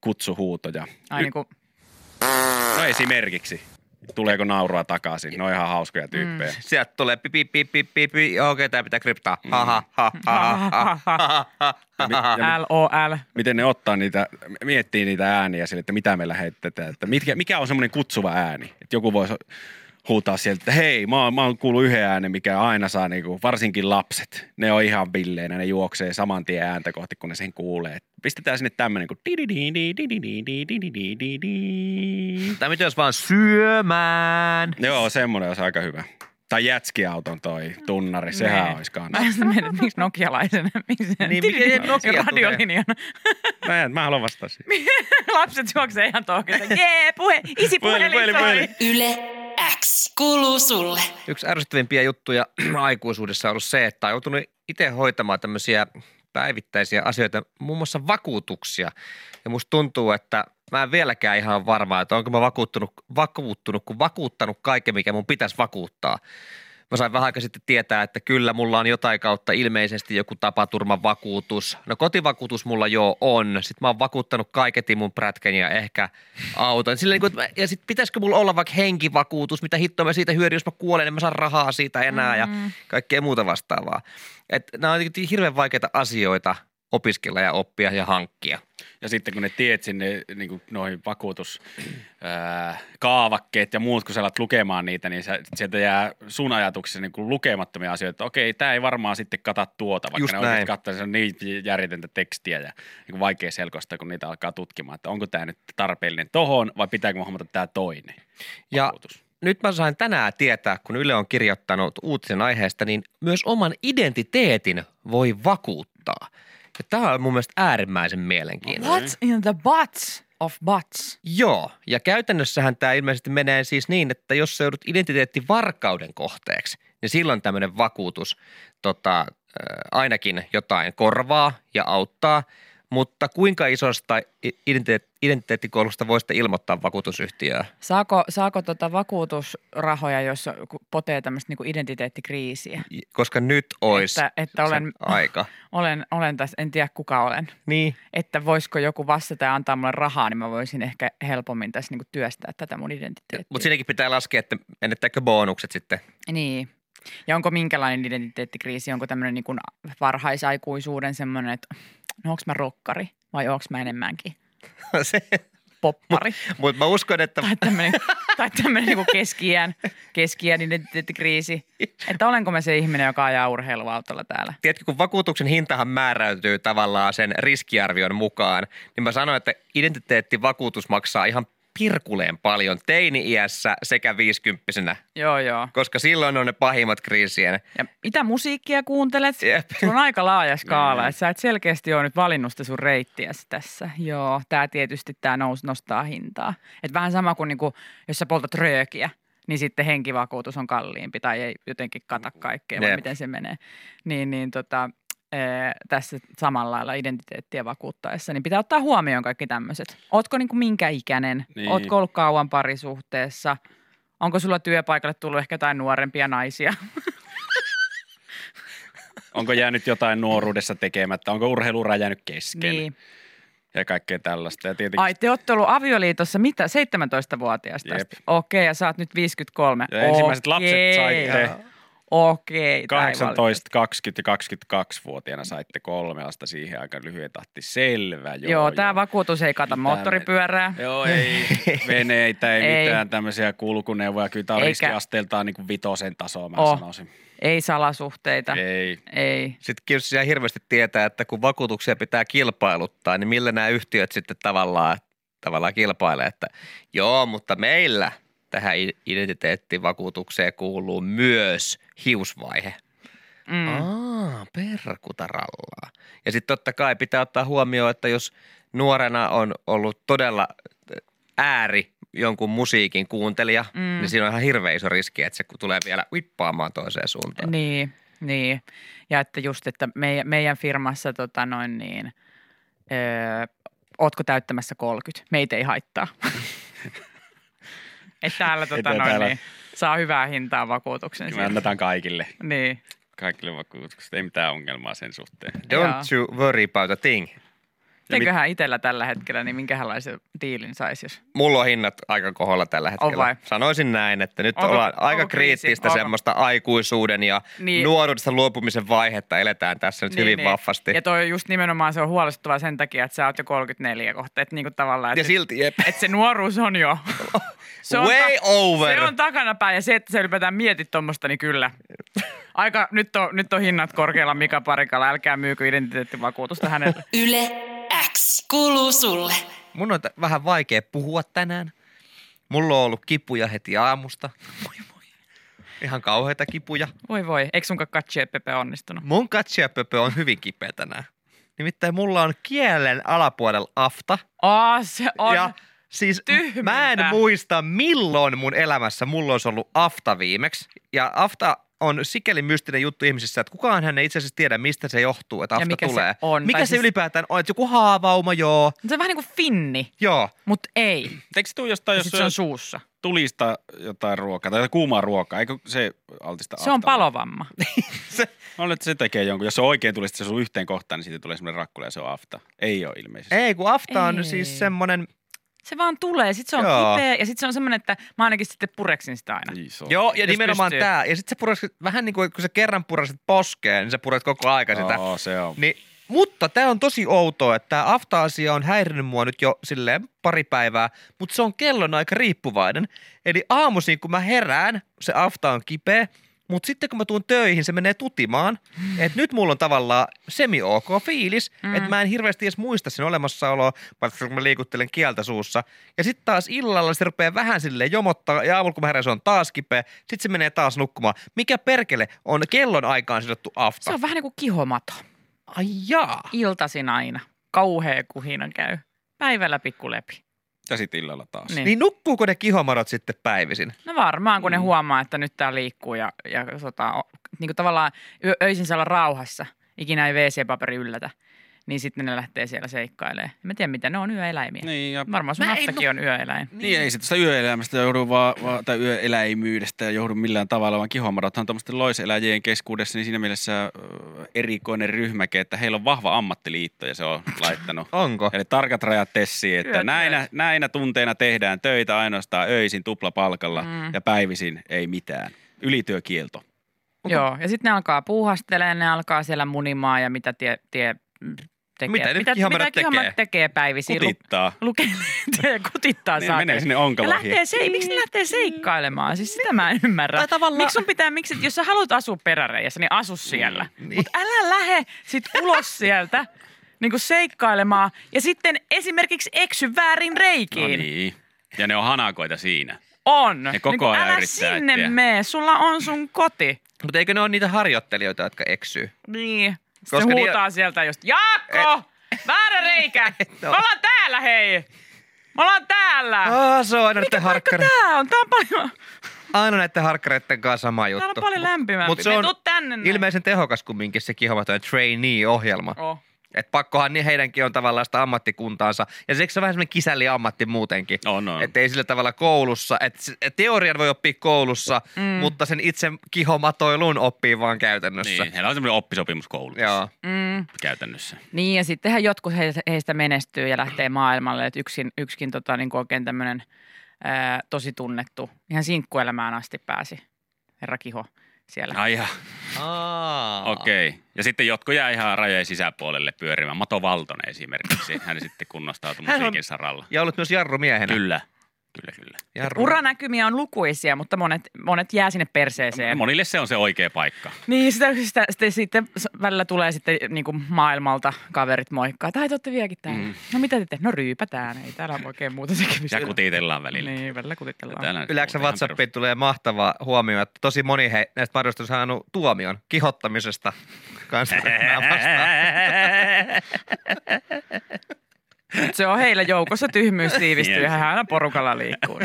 E: kutsuhuutoja.
C: Ai niin kuin,
E: No esimerkiksi. Tuleeko naurua takaisin? No ihan hauskoja tyyppejä. Mm.
D: Sieltä tulee pi pi pi pi pi, pi. Joo, okei, tää pitää kryptaa. Ha ha ha ha ha ha ha ha.
C: LOL.
E: Miten ne ottaa niitä, miettii niitä ääniä sille, että mitä meillä heitetään, että mitkä, mikä on semmoinen kutsuva ääni, että joku voisi huutaa sieltä, että hei, mä oon, mä oon kuullut yhden äänen, mikä aina saa niinku, varsinkin lapset. Ne on ihan villeenä, ne juoksee saman tien ääntä kohti, kun ne sen kuulee. Pistetään sinne tämmöinen kuin di-di-di-di-di-di-di-di-di-di-di.
D: Tai mitä jos vaan syömään?
E: Joo, semmoinen olisi aika hyvä. Tai jätskiauton toi tunnari, sehän
C: Nee.
E: olisi kans.
C: Mä en sitä mietin, että miksi nokialaisena, *laughs* miksi
D: Niin, miten se Nokia tulee?
C: radiolinjana.
E: Mä, en, mä haluan vastata siihen.
C: *laughs* Lapset juoksee ihan tohki, että jee, puhe, isi puhelin,
E: puhelin,
C: puhelin,
E: puhelin.
B: Yle X kuuluu sulle.
D: Yksi ärsyttävimpiä juttuja *clears throat* aikuisuudessa on ollut se, että on joutunut itse hoitamaan tämmöisiä päivittäisiä asioita, muun muassa vakuutuksia. Ja musta tuntuu, että mä en vieläkään ihan varma, että onko mä vakuuttunut, vakuuttunut, kun vakuuttanut kaiken, mikä mun pitäisi vakuuttaa. Mä sain vähän aika sitten tietää, että kyllä mulla on jotain kautta ilmeisesti joku tapaturman vakuutus. No kotivakuutus mulla jo on. Sitten mä oon vakuuttanut kaiketi mun prätkän ja ehkä auton. Sillä niin kuin, että mä- ja sitten pitäisikö mulla olla vaikka henkivakuutus, mitä hittoa mä siitä hyödyn, jos mä kuolen, niin mä saan rahaa siitä enää ja kaikkea muuta vastaavaa. Et nämä on jotenkin hirveän vaikeita asioita opiskella ja oppia ja hankkia.
E: Ja sitten kun ne tiet sinne niin kuin noihin vakuutus, ää, kaavakkeet ja muut, kun sä alat lukemaan niitä, niin sä, sieltä jää sun ajatuksessa niin kuin lukemattomia asioita. että Okei, tämä ei varmaan sitten kata tuota, vaikka
D: Just
E: ne oikeasti
D: näin.
E: katsoo, se on niin järjetöntä tekstiä ja niin kuin vaikea selkosta, kun niitä alkaa tutkimaan, että onko tämä nyt tarpeellinen tohon vai pitääkö mun hommata tämä toinen
D: Ja-
E: vakuutus.
D: nyt mä sain tänään tietää, kun Yle on kirjoittanut uutisen aiheesta, niin myös oman identiteetin voi vakuuttaa. Ja tämä on mun mielestä äärimmäisen mielenkiintoista.
C: What's in the butts of butts?
D: Joo, ja käytännössähän tämä ilmeisesti menee siis niin, että jos sä joudut identiteettivarkauden kohteeksi, niin silloin tämmöinen vakuutus tota, äh, ainakin jotain korvaa ja auttaa. Mutta kuinka isosta i- identite- identiteettikoukusta voisitte ilmoittaa vakuutusyhtiöä?
C: Saako, saako tota vakuutusrahoja, jos ku- potee tämmöistä niinku identiteettikriisiä?
D: I- Koska nyt olisi
C: Että, että olen, *laughs*
D: aika.
C: olen, olen tässä, en tiedä kuka olen.
D: Niin.
C: Että voisiko joku vastata ja antaa mulle rahaa, niin mä voisin ehkä helpommin tässä niinku työstää tätä mun identiteettiä.
D: Mutta siinäkin pitää laskea, että menettääkö bonukset sitten. *laughs*
C: Niin. Ja onko minkälainen identiteettikriisi? Onko tämmöinen niin kuin varhaisaikuisuuden semmoinen, että no onko mä rokkari vai onko mä enemmänkin poppari?
D: Mutta mä uskon, että
C: tai tämmöinen, tai tämmöinen niin keski-iän, keski-iän identiteettikriisi. Että olenko mä se ihminen, joka ajaa urheiluautolla täällä?
D: tiedätkö, kun vakuutuksen hintahan määräytyy tavallaan sen riskiarvion mukaan, niin mä sanoin, että identiteettivakuutus maksaa ihan pirkuleen paljon teini-iässä sekä viisikymppisenä,
C: Joo, joo.
D: koska silloin on ne pahimmat kriisien.
C: Ja mitä musiikkia kuuntelet?
D: Jep.
C: Sulla on aika laaja skaala, että sä et selkeästi ole nyt valinnut sitä sun reittiäsi tässä. Joo, tää tietysti tää nous, nostaa hintaa. Et vähän sama kuin niinku, jos sä poltat röökiä, niin sitten henkivakuutus on kalliimpi tai ei jotenkin kata kaikkea, vai
D: Jep.
C: miten se menee. Niin, niin tota, ee, tässä samalla lailla identiteettiä vakuuttaessa, niin pitää ottaa huomioon kaikki tämmöiset. Ootko niinku minkä ikäinen?
E: Niin.
C: Niin. Ootko ollut kauan parisuhteessa? Onko sulla työpaikalle tullut ehkä jotain nuorempia naisia? *laughs*
E: Onko jäänyt jotain nuoruudessa tekemättä? Onko urheiluura jäänyt kesken? Niin. Ja kaikkea tällaista. Ja tietenkin
C: Ai, te ootte ollut avioliitossa mitä? 17-vuotiaasta asti?
E: Jep.
C: Okei, ja sä oot nyt 53.
E: Ja ensimmäiset lapset
C: Okei.
E: saitte.
C: Okei. tää ei
E: 18, 20 ja 22-vuotiaana saitte kolme lasta siihen aika lyhyen tahti. Selvä.
C: valita.
E: Joo,
C: Joo, tämä vakuutus ei kata
E: Mitä
C: moottoripyörää.
E: me-
C: *laughs*
E: Joo, ei veneitä, ei,
C: Ei.
E: mitään tämmöisiä kulkuneuvoja. Kyllä tämä on
C: Eikä-
E: riskiasteeltaan niin kuin vitosen tasoa, mä
C: Oh.
E: sanoisin.
C: Ei salasuhteita. Ei.
E: Ei.
C: ei.
D: Sitten kiusaisi ihan hirveästi tietää, että kun vakuutuksia pitää kilpailuttaa, niin millä nämä yhtiöt sitten tavallaan, tavallaan kilpailee, että joo, mutta meillä tähän i- identiteettivakuutukseen kuuluu myös hiusvaihe.
C: Mm.
D: Aa, perkutarallaa. Ja sitten totta kai pitää ottaa huomioon, että jos nuorena on ollut todella äh, ääri jonkun musiikin kuuntelija, mm. niin siinä on ihan hirveä iso riski, että se tulee vielä vippaamaan toiseen suuntaan.
C: Niin, niin. Ja että just, että meidän, meidän firmassa tota noin niin, öö, ootko täyttämässä 30? Meitä ei haittaa. *laughs* Et täällä, tota
E: Että
C: noin,
E: täällä-
C: Niin, saa hyvää hintaa vakuutuksen.
E: Me
C: siitä.
E: annetaan kaikille,
C: Niin.
E: kaikille vakuutukset, ei mitään ongelmaa sen suhteen.
D: Don't you worry about a thing.
C: Mitenköhän itsellä tällä hetkellä, niin minkälaisen diilin saisi, jos
D: Mulla on hinnat aika koholla tällä hetkellä.
C: vai?
D: Sanoisin näin, että nyt
C: Onko-
D: ollaan aika
C: onko kriisi?
D: kriittistä
C: Onko?
D: semmoista aikuisuuden ja
C: Niin.
D: nuoruudesta luopumisen vaihetta eletään tässä nyt hyvin vahvasti.
C: Ja toi just nimenomaan se on huolestuttavaa sen takia, että sä oot jo 34 kohta. Että niinku tavallaan,
D: Ja
C: että
D: silti, jep.
C: että se nuoruus on *laughs* jo.
D: Way over.
C: Se on takanapäin ja se, että se ylipäätään mietit tuommoista, niin *laughs* kyllä. Aika, nyt on, nyt on hinnat korkealla Mika Parikalla, älkää myykö identiteettivakuutusta hänelle.
B: Yle X. Kuuluu sulle.
D: Mun on t- vähän vaikea puhua tänään. Mulla on ollut kipuja heti aamusta. Moi moi. Ihan kauheita kipuja.
C: *laughs* Voi voi, eikö sunkaan katse Pepe onnistunut?
D: Mun katsiapöpö on hyvin kipeä tänään. Nimittäin mulla on kielen alapuolella afta.
C: Aa, se on.
D: ja siis
C: tyhmintä.
D: mä en muista milloin mun elämässä mulla olisi ollut afta viimeksi. Ja afta on sikäli mystinen juttu ihmisissä, että kukaan hän ei itse asiassa tiedä, mistä se johtuu, että
C: Ja
D: afta
C: mikä se
D: tulee.
C: on,
D: Mikä
C: tai
D: se
C: siis-
D: ylipäätään on, että joku haavauma, joo.
C: Se on vähän niin kuin finni,
D: Joo,
C: mutta ei.
E: Eikö se tule jostain,
C: Ja
E: jos
C: sit se on
E: on su-
C: suussa.
E: tulista jotain ruokaa tai kuumaa ruokaa? Eikö se altista
C: Se on
E: aftalle?
C: palovamma.
E: Mä luulen, että se tekee jonkun. Jos se oikein tulisi, se sun yhteen kohtaan, niin siitä tulee semmoinen rakkula ja se on afta. Ei ole ilmeisesti.
D: ei kun afta on
C: Ei.
D: siis semmoinen
C: Se vaan tulee, sit se on
D: Joo.
C: kipeä ja sit se on semmoinen, että mä ainakin sitten pureksin sitä aina.
E: Iso.
D: Joo, ja
C: Jos
D: nimenomaan
C: pystyy.
D: tämä. Ja sitten sä purasit, vähän niin kuin kun sä kerran purasit poskeen, niin sä purat koko aika sitä.
E: Joo, se on.
D: Niin, mutta tämä on tosi outoa, että tämä afta-asia on häirinnyt mua nyt jo silleen pari päivää, mutta se on kellon aika riippuvainen. Eli aamuisin, kun mä herään, se afta on kipeä, mutta sitten kun mä tuun töihin, se menee tutimaan, että nyt mulla on tavallaan semi-ok fiilis, mm. että mä en hirveästi edes muista sen olemassaoloa, vaikka kun mä liikuttelen kieltä suussa. Ja sitten taas illalla se rupeaa vähän silleen jomottaa, ja aamulla kun mä herään, se on taas kipeä, sitten se menee taas nukkumaan. Mikä perkele on kellon aikaan sidottu afta?
C: Se on vähän niin kuin kihomato.
D: Ai jaa.
C: Iltasin aina. Kauhea kuhina käy. Päivällä pikkulepi.
E: Ja sit illalla taas.
C: Niin.
D: Niin nukkuuko ne kihomadot sitten päivisin?
C: No varmaan,
D: Mm.
C: kun ne huomaa, että nyt tää liikkuu ja, ja tota, o- niin kuin tavallaan yö, öisin siellä rauhassa. Ikinä ei WC-paperi yllätä. Niin sitten ne lähtee siellä seikkailemaan. En Mä tiedän, mitä ne on yöeläimiä.
E: Niin, ja
C: Varmaan sun
D: Mä en
C: aftakin on yöeläin.
E: Niin, ei sitä sitä yöelämästä joudu vaan, vaan, tai yöeläimyydestä joudu millään tavalla, vaan kihomarathan on tämmöisten loiseläjien keskuudessa, niin siinä mielessä ö, erikoinen ryhmäke, että heillä on vahva ammattiliitto ja se on laittanut.
D: Onko?
E: Eli tarkat rajat tessiin, että
C: Yötyöt.
E: näinä, näinä tunteina tehdään töitä ainoastaan öisin tuplapalkalla
C: Mm.
E: mm. ja päivisin ei mitään. Ylityökielto.
C: Joo, ja sitten ne alkaa puuhasteleen, ne alkaa siellä munimaan ja mitä tie, tie mm, tekee.
D: Mitä nyt
C: mitä,
D: kihomarat
C: mitä kihomarat
D: tekee?
C: tekee päivisin? Lu,
E: Kutittaa.
C: lukee ja kutittaa
E: Ne
C: saa.
E: menee sinne
C: ja
E: onkaloihin.
C: lähtee se, miksi ne lähtee seikkailemaan? Siis sitä mä en ymmärrä.
D: Tai tavallaan-
C: Miksi sun pitää, miksi, jos sä haluat asua peräreijässä, niin asu siellä.
D: niin.
C: Mutta älä lähe sit ulos sieltä niin kuin seikkailemaan ja sitten esimerkiksi eksy väärin
E: No
C: reikiin.
E: niin. Ja ne on hanakoita siinä.
C: On.
E: Ne koko
C: Niin kuin
E: ajan
C: älä
E: yrittää
C: sinne
E: etsiä.
C: mene, sulla on sun koti.
D: Mutta eikö ne ole niitä harjoittelijoita, jotka eksyy?
C: Niin. Sitten
D: Koska
C: Koska
D: niin-
C: huutaa sieltä just, Jaakko! Väärä
E: *laughs*
C: reikä! Me ollaan täällä, hei! Me ollaan täällä!
D: Äh. Aa, se on aina näiden,
C: Mikä
D: harkkare...
C: tää on? Tää on paljon,
D: aina näiden harkkareiden kanssa sama juttu.
C: täällä on paljon lämpimämpi.
D: Mutta se
C: Me
D: on
C: tuu tänne näin.
D: ilmeisen tehokas kumminkin se kihomatojen trainee-ohjelma.
C: Oh.
D: Et pakkohan niin heidänkin on tavallaan sitä ammattikuntaansa. Ja siksi se on vähän semmoinen kisälli ammatti muutenkin.
E: On, on.
D: Että ei sillä tavalla koulussa. Että et teorian voi oppia koulussa, mm. mutta sen itse kihomatoilun oppii vaan käytännössä.
E: Niin. Heillä on semmoinen oppisopimuskoulutus
D: Joo.
C: Mm.
E: käytännössä.
C: Niin ja sittenhän jotkut heistä, heistä menestyy ja lähtee maailmalle. Et yksin, yksikin tota, niin oikein tämmöinen tosi tunnettu, ihan sinkkuelämään asti pääsi herra Kiho siellä.
E: Ai ja.
D: Aa.
E: Okei. Okay. Ja sitten jotkut jää ihan rajojen sisäpuolelle pyörimään. Mato Valtonen esimerkiksi. Hän sitten kunnostautui
D: Hän on-
E: musiikin saralla.
D: Ja ollut myös jarrumiehenä.
E: Kyllä. Kyllä, kyllä.
D: Jarru.
C: Uranäkymiä on lukuisia, mutta monet, monet jää sinne perseeseen.
E: Monille se on se oikea paikka.
C: Niin, sitä, sitä, sitä sitten s- välillä tulee sitten niin kuin maailmalta kaverit moikkaa. Tai te olette vieläkin täällä. Mm. No mitä te teette? No ryypätään. Ei täällä ole oikein muuta se kävi.
E: Ja kutitellaan välillä.
C: Niin, välillä kutitellaan.
E: Täällä nyt
D: Yleensä
E: on ihan perus-
D: WhatsAppiin tulee mahtava huomio, että tosi moni he, näistä mahdollisesti on saanut tuomion
E: *laughs*
D: kihottamisesta kanssa. Nää vastaan.
C: Nyt se on heillä joukossa tyhmyys
E: Niin,
C: tiivistyy ja hän aina porukalla liikkuu.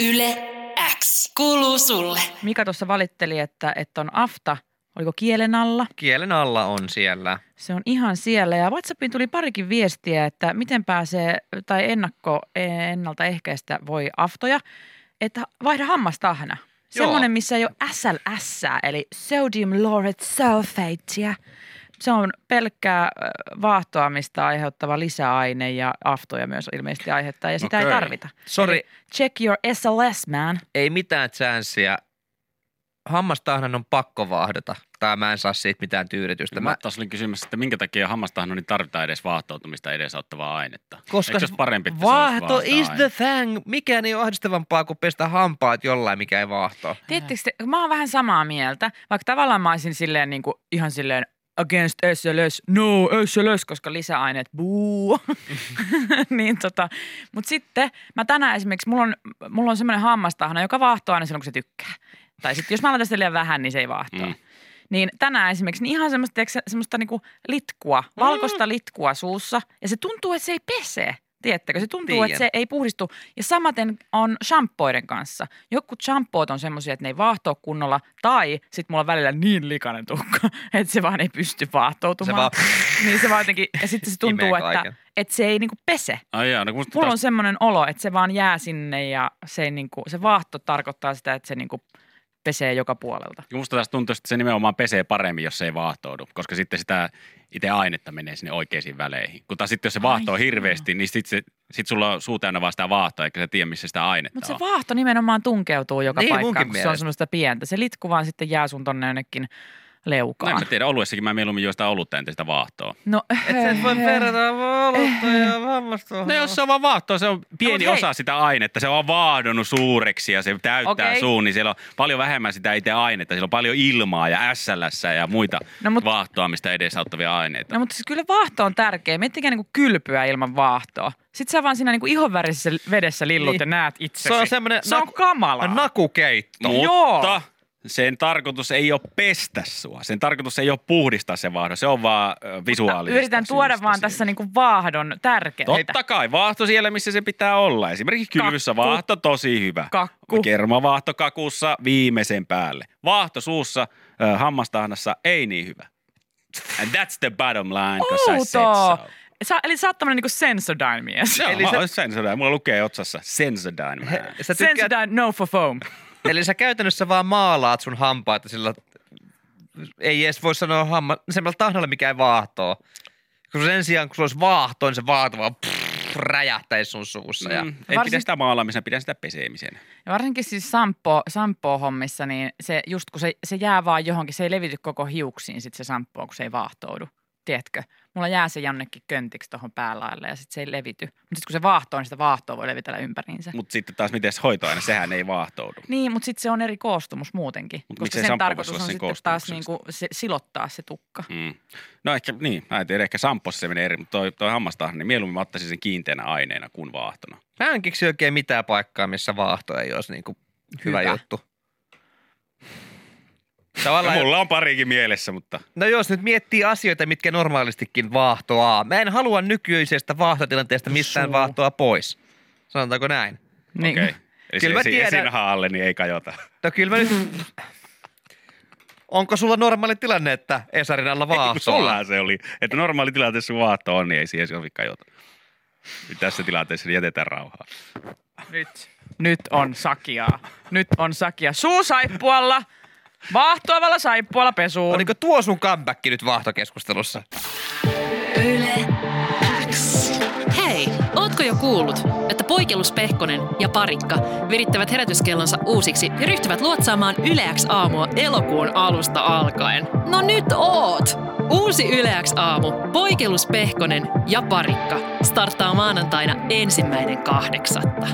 F: Yle X kuuluu sulle.
C: Mika tuossa valitteli, että, että on afta, oliko kielen alla.
D: Kielen alla on siellä.
C: Se on ihan siellä ja WhatsAppiin tuli parikin viestiä, että miten pääsee tai ennakko e, ennaltaehkäistä voi aftoja, että vaihda hammastahna.
D: Joo.
C: Semmoinen, missä ei ole SLS, eli sodium laureth sulfatea. Se on pelkkää ö, vaahtoamista aiheuttava lisäaine ja aftoja myös ilmeisesti aiheuttaa ja sitä okay. ei
G: Okei.
C: tarvita.
D: Sori,
C: Check your SLS, man.
D: ei mitään chanssiä. Hammastahnan on pakko vaahdata. Tai mä en saa siitä mitään tyydytystä.
E: Mä
D: Mä,
E: taas olin kysymässä, että minkä takia hammastahnon niin tarvitaan edes vaahtoutumista edesauttavaa ainetta.
D: Koska
E: Eikö se olisi parempi, että se olisi
D: vaahto is the
E: vaahtoaine?
D: thing. Mikään ei ole ahdistavampaa kuin pestä hampaat jollain, mikä ei vaahtoa.
C: Tiedättekö te, mä oon vähän samaa mieltä, vaikka tavallaan mä olisin silleen niin kuin, ihan silleen against SLS, no SLS, koska lisäaineet, buu. niin tota, mut sitten mä tänään esimerkiksi, mulla on, mulla on semmoinen hammastahna, joka vahtoo aina silloin, kun se tykkää. Tai sitten jos mä laitan sitä liian vähän, niin se ei vaahtoa. Mm.
E: Mm.
C: Niin tänään esimerkiksi niin ihan semmoista, tiedätkö, sä, semmoista niinku litkua, valkoista litkua suussa. Ja se tuntuu, että se ei pese. Tiedättekö, se tuntuu,
D: Tiedän.
C: että se ei puhdistu. Ja samaten on shampoiden kanssa. Jotkut shampoot on semmoisia, että ne ei vaahtoa kunnolla. Tai sitten mulla on välillä niin likainen tukka, *laughs* että se vaan ei pysty vaahtoutumaan.
D: Se
C: *laughs*
D: vaan-
C: Niin se vaan jotenkin, ja sitten
D: *laughs*
C: se tuntuu,
D: Imee
C: että,
D: kaiken.
C: että se ei niinku pese.
E: Ai jaa, no kun musta
C: Mulla on
E: taas-
C: semmoinen olo, että se vaan jää sinne ja se, ei niinku, se vaahto tarkoittaa sitä, että se niinku pesee joka puolelta.
E: kun Musta taas tuntuu, että se nimenomaan pesee paremmin, jos se ei vaahtoudu, koska sitten sitä itse ainetta menee sinne oikeisiin väleihin. Kun taas sitten, jos se vaahtoo
C: Ai
E: hirveästi, niin sitten sit sulla on suu täynnä vaan sitä vaahtoa, eikä sä tiedä, missä sitä ainetta
C: Mutta se
E: on.
C: vaahto nimenomaan tunkeutuu joka
D: Niin, munkin
C: paikkaan, kun se on
D: mielestä.
C: semmoista pientä. Se litku vaan sitten jää sun tonne jonnekin
E: No en
C: leukaan.
E: mä tiedä, oluessakin mä mieluummin juon sitä olutta entä sitä vaahtoa.
C: No,
D: Et sä
C: *laughs*
D: et voi verrata vaahtoa ja hammastahnan.
E: No jos se on vaan vaahtoa, se on pieni
C: mut No, hei.
E: osa sitä ainetta. Se on vaadonnut suureksi ja se täyttää
C: Okei.
E: okay. suun, niin siellä on paljon vähemmän sitä itse ainetta. Siellä on paljon ilmaa ja SLS ja muita
C: No
E: no,
C: mut-
E: mut... vaahtoamista edesauttavia aineita.
C: No mutta siis kyllä vaahto on tärkeä. Miettikää niinku kylpyä ilman vaahtoa. Sitten sä vaan siinä niinku ihonvärisessä vedessä lillut
D: Niin.
C: ja näet itsesi.
D: Se on semmoinen
C: Se on
D: naku-
C: kamalaa.
D: Nakukeitto.
E: Mutta
C: Joo.
E: sen tarkoitus ei ole pestä sua. Sen tarkoitus ei ole puhdistaa se vaahdo. Se on vaan ö, visuaalista.
C: Yritän tuoda
E: syystä
C: vaan
E: siinä.
C: tässä niinku vaahdon tärkeyttä.
E: Totta kai, vaahto siellä, missä se pitää olla. Esimerkiksi kylvyssä
C: Kakku.
E: vaahto tosi hyvä.
C: Kakku.
E: Kermavaahto kakussa viimeisen päälle. Vaahto suussa, äh, hammastahnassa ei niin hyvä. And that's the bottom line, because I said so.
C: Outoa. Sä, eli sä oot tämmönen niinku Sensodyne-mies.
E: Joo,
D: Eli
E: Eli mä
D: sä-
E: oon Sensodyne. Mulla lukee otsassa Sensodyne.
D: He-
E: man.
D: Sä tykkäät,
C: Sensodyne, no for foam.
D: eli sä käytännössä vaan maalaat sun hampaita sillä, ei edes voi sanoa hamma, semmoisella tahnalla, mikä ei vaahtoo. Kun sen sijaan, kun sulla olisi vaahto, niin se vaahto vaan pff, räjähtäisi sun suussa. Ja,
E: Mm, en
C: Varsin-
E: pidä sitä maalaamisena, pidän sitä pesemisenä.
C: Ja varsinkin siis sampo, sampo-hommissa, niin se just kun se, se jää vaan johonkin, se ei levity koko hiuksiin sit se sampo, kun se ei vaahtoudu. Tiedätkö? Mulla jää se jonnekin köntiksi tuohon päälaille ja sitten se ei levity. Mutta sitten kun se vaahtoo, niin sitä vaahtoa voi levitellä ympäriinsä.
E: Mutta sitten taas, miten se hoitoaine, sehän ei vaahtoudu.
C: Niin, mutta sitten se on eri koostumus muutenkin, Mut koska
E: miksei
C: sen
E: samppu
C: tarkoitus
E: voisi
C: on
E: olla sen
C: sitten taas
E: koostumuksesta?
C: niinku se, silottaa se tukka.
E: Mm. No ehkä, niin, mä en tiedä, ehkä sampossa se menee eri, mutta toi, toi hammastahna, niin mieluummin mä ottaisin sen kiinteänä aineena kuin vaahtona.
D: mä en keksi oikein mitään paikkaa, missä vaahto ei olisi niin kuin hyvä,
C: Hyvä.
D: hyvä, juttu. Tavallaan,
E: Mulla on parikin mielessä, mutta
D: no jos nyt miettii asioita, mitkä normaalistikin vaahtoaa. Mä en halua nykyisestä vaahtotilanteesta missään
C: Suu.
D: vaahtoa pois. Sanotaanko näin?
C: Niin.
E: okei. Okay.
D: *laughs* Kyllä mä
E: Eli Kyllä esi-
D: tiedän.
E: esinahan alle, niin ei
D: *laughs*
E: kajota.
D: No kyllä mä nyt... Onko sulla normaali tilanne, että Esarin alla vaahtoaa?
E: Sullahan se oli, että normaali tilanteessa kun vaahto on, niin ei siihen sovi kajota. Nyt tässä tilanteessa niin jätetään rauhaa.
C: Nyt. Nyt on sakiaa. Nyt on sakia. Suu saippualla, vaahtoavalla saippualla pesuun.
D: Oliko niinku tuo sun comeback nyt vaahtokeskustelussa?
F: Yle X. Hei, ootko jo kuullut, että Poikelus Pehkonen ja Parikka virittävät herätyskellonsa uusiksi ja ryhtyvät luotsaamaan Yleäks aamua elokuun alusta alkaen? No nyt oot! Uusi Yleäks aamu, Poikelus Pehkonen ja Parikka starttaa maanantaina ensimmäinen kahdeksatta.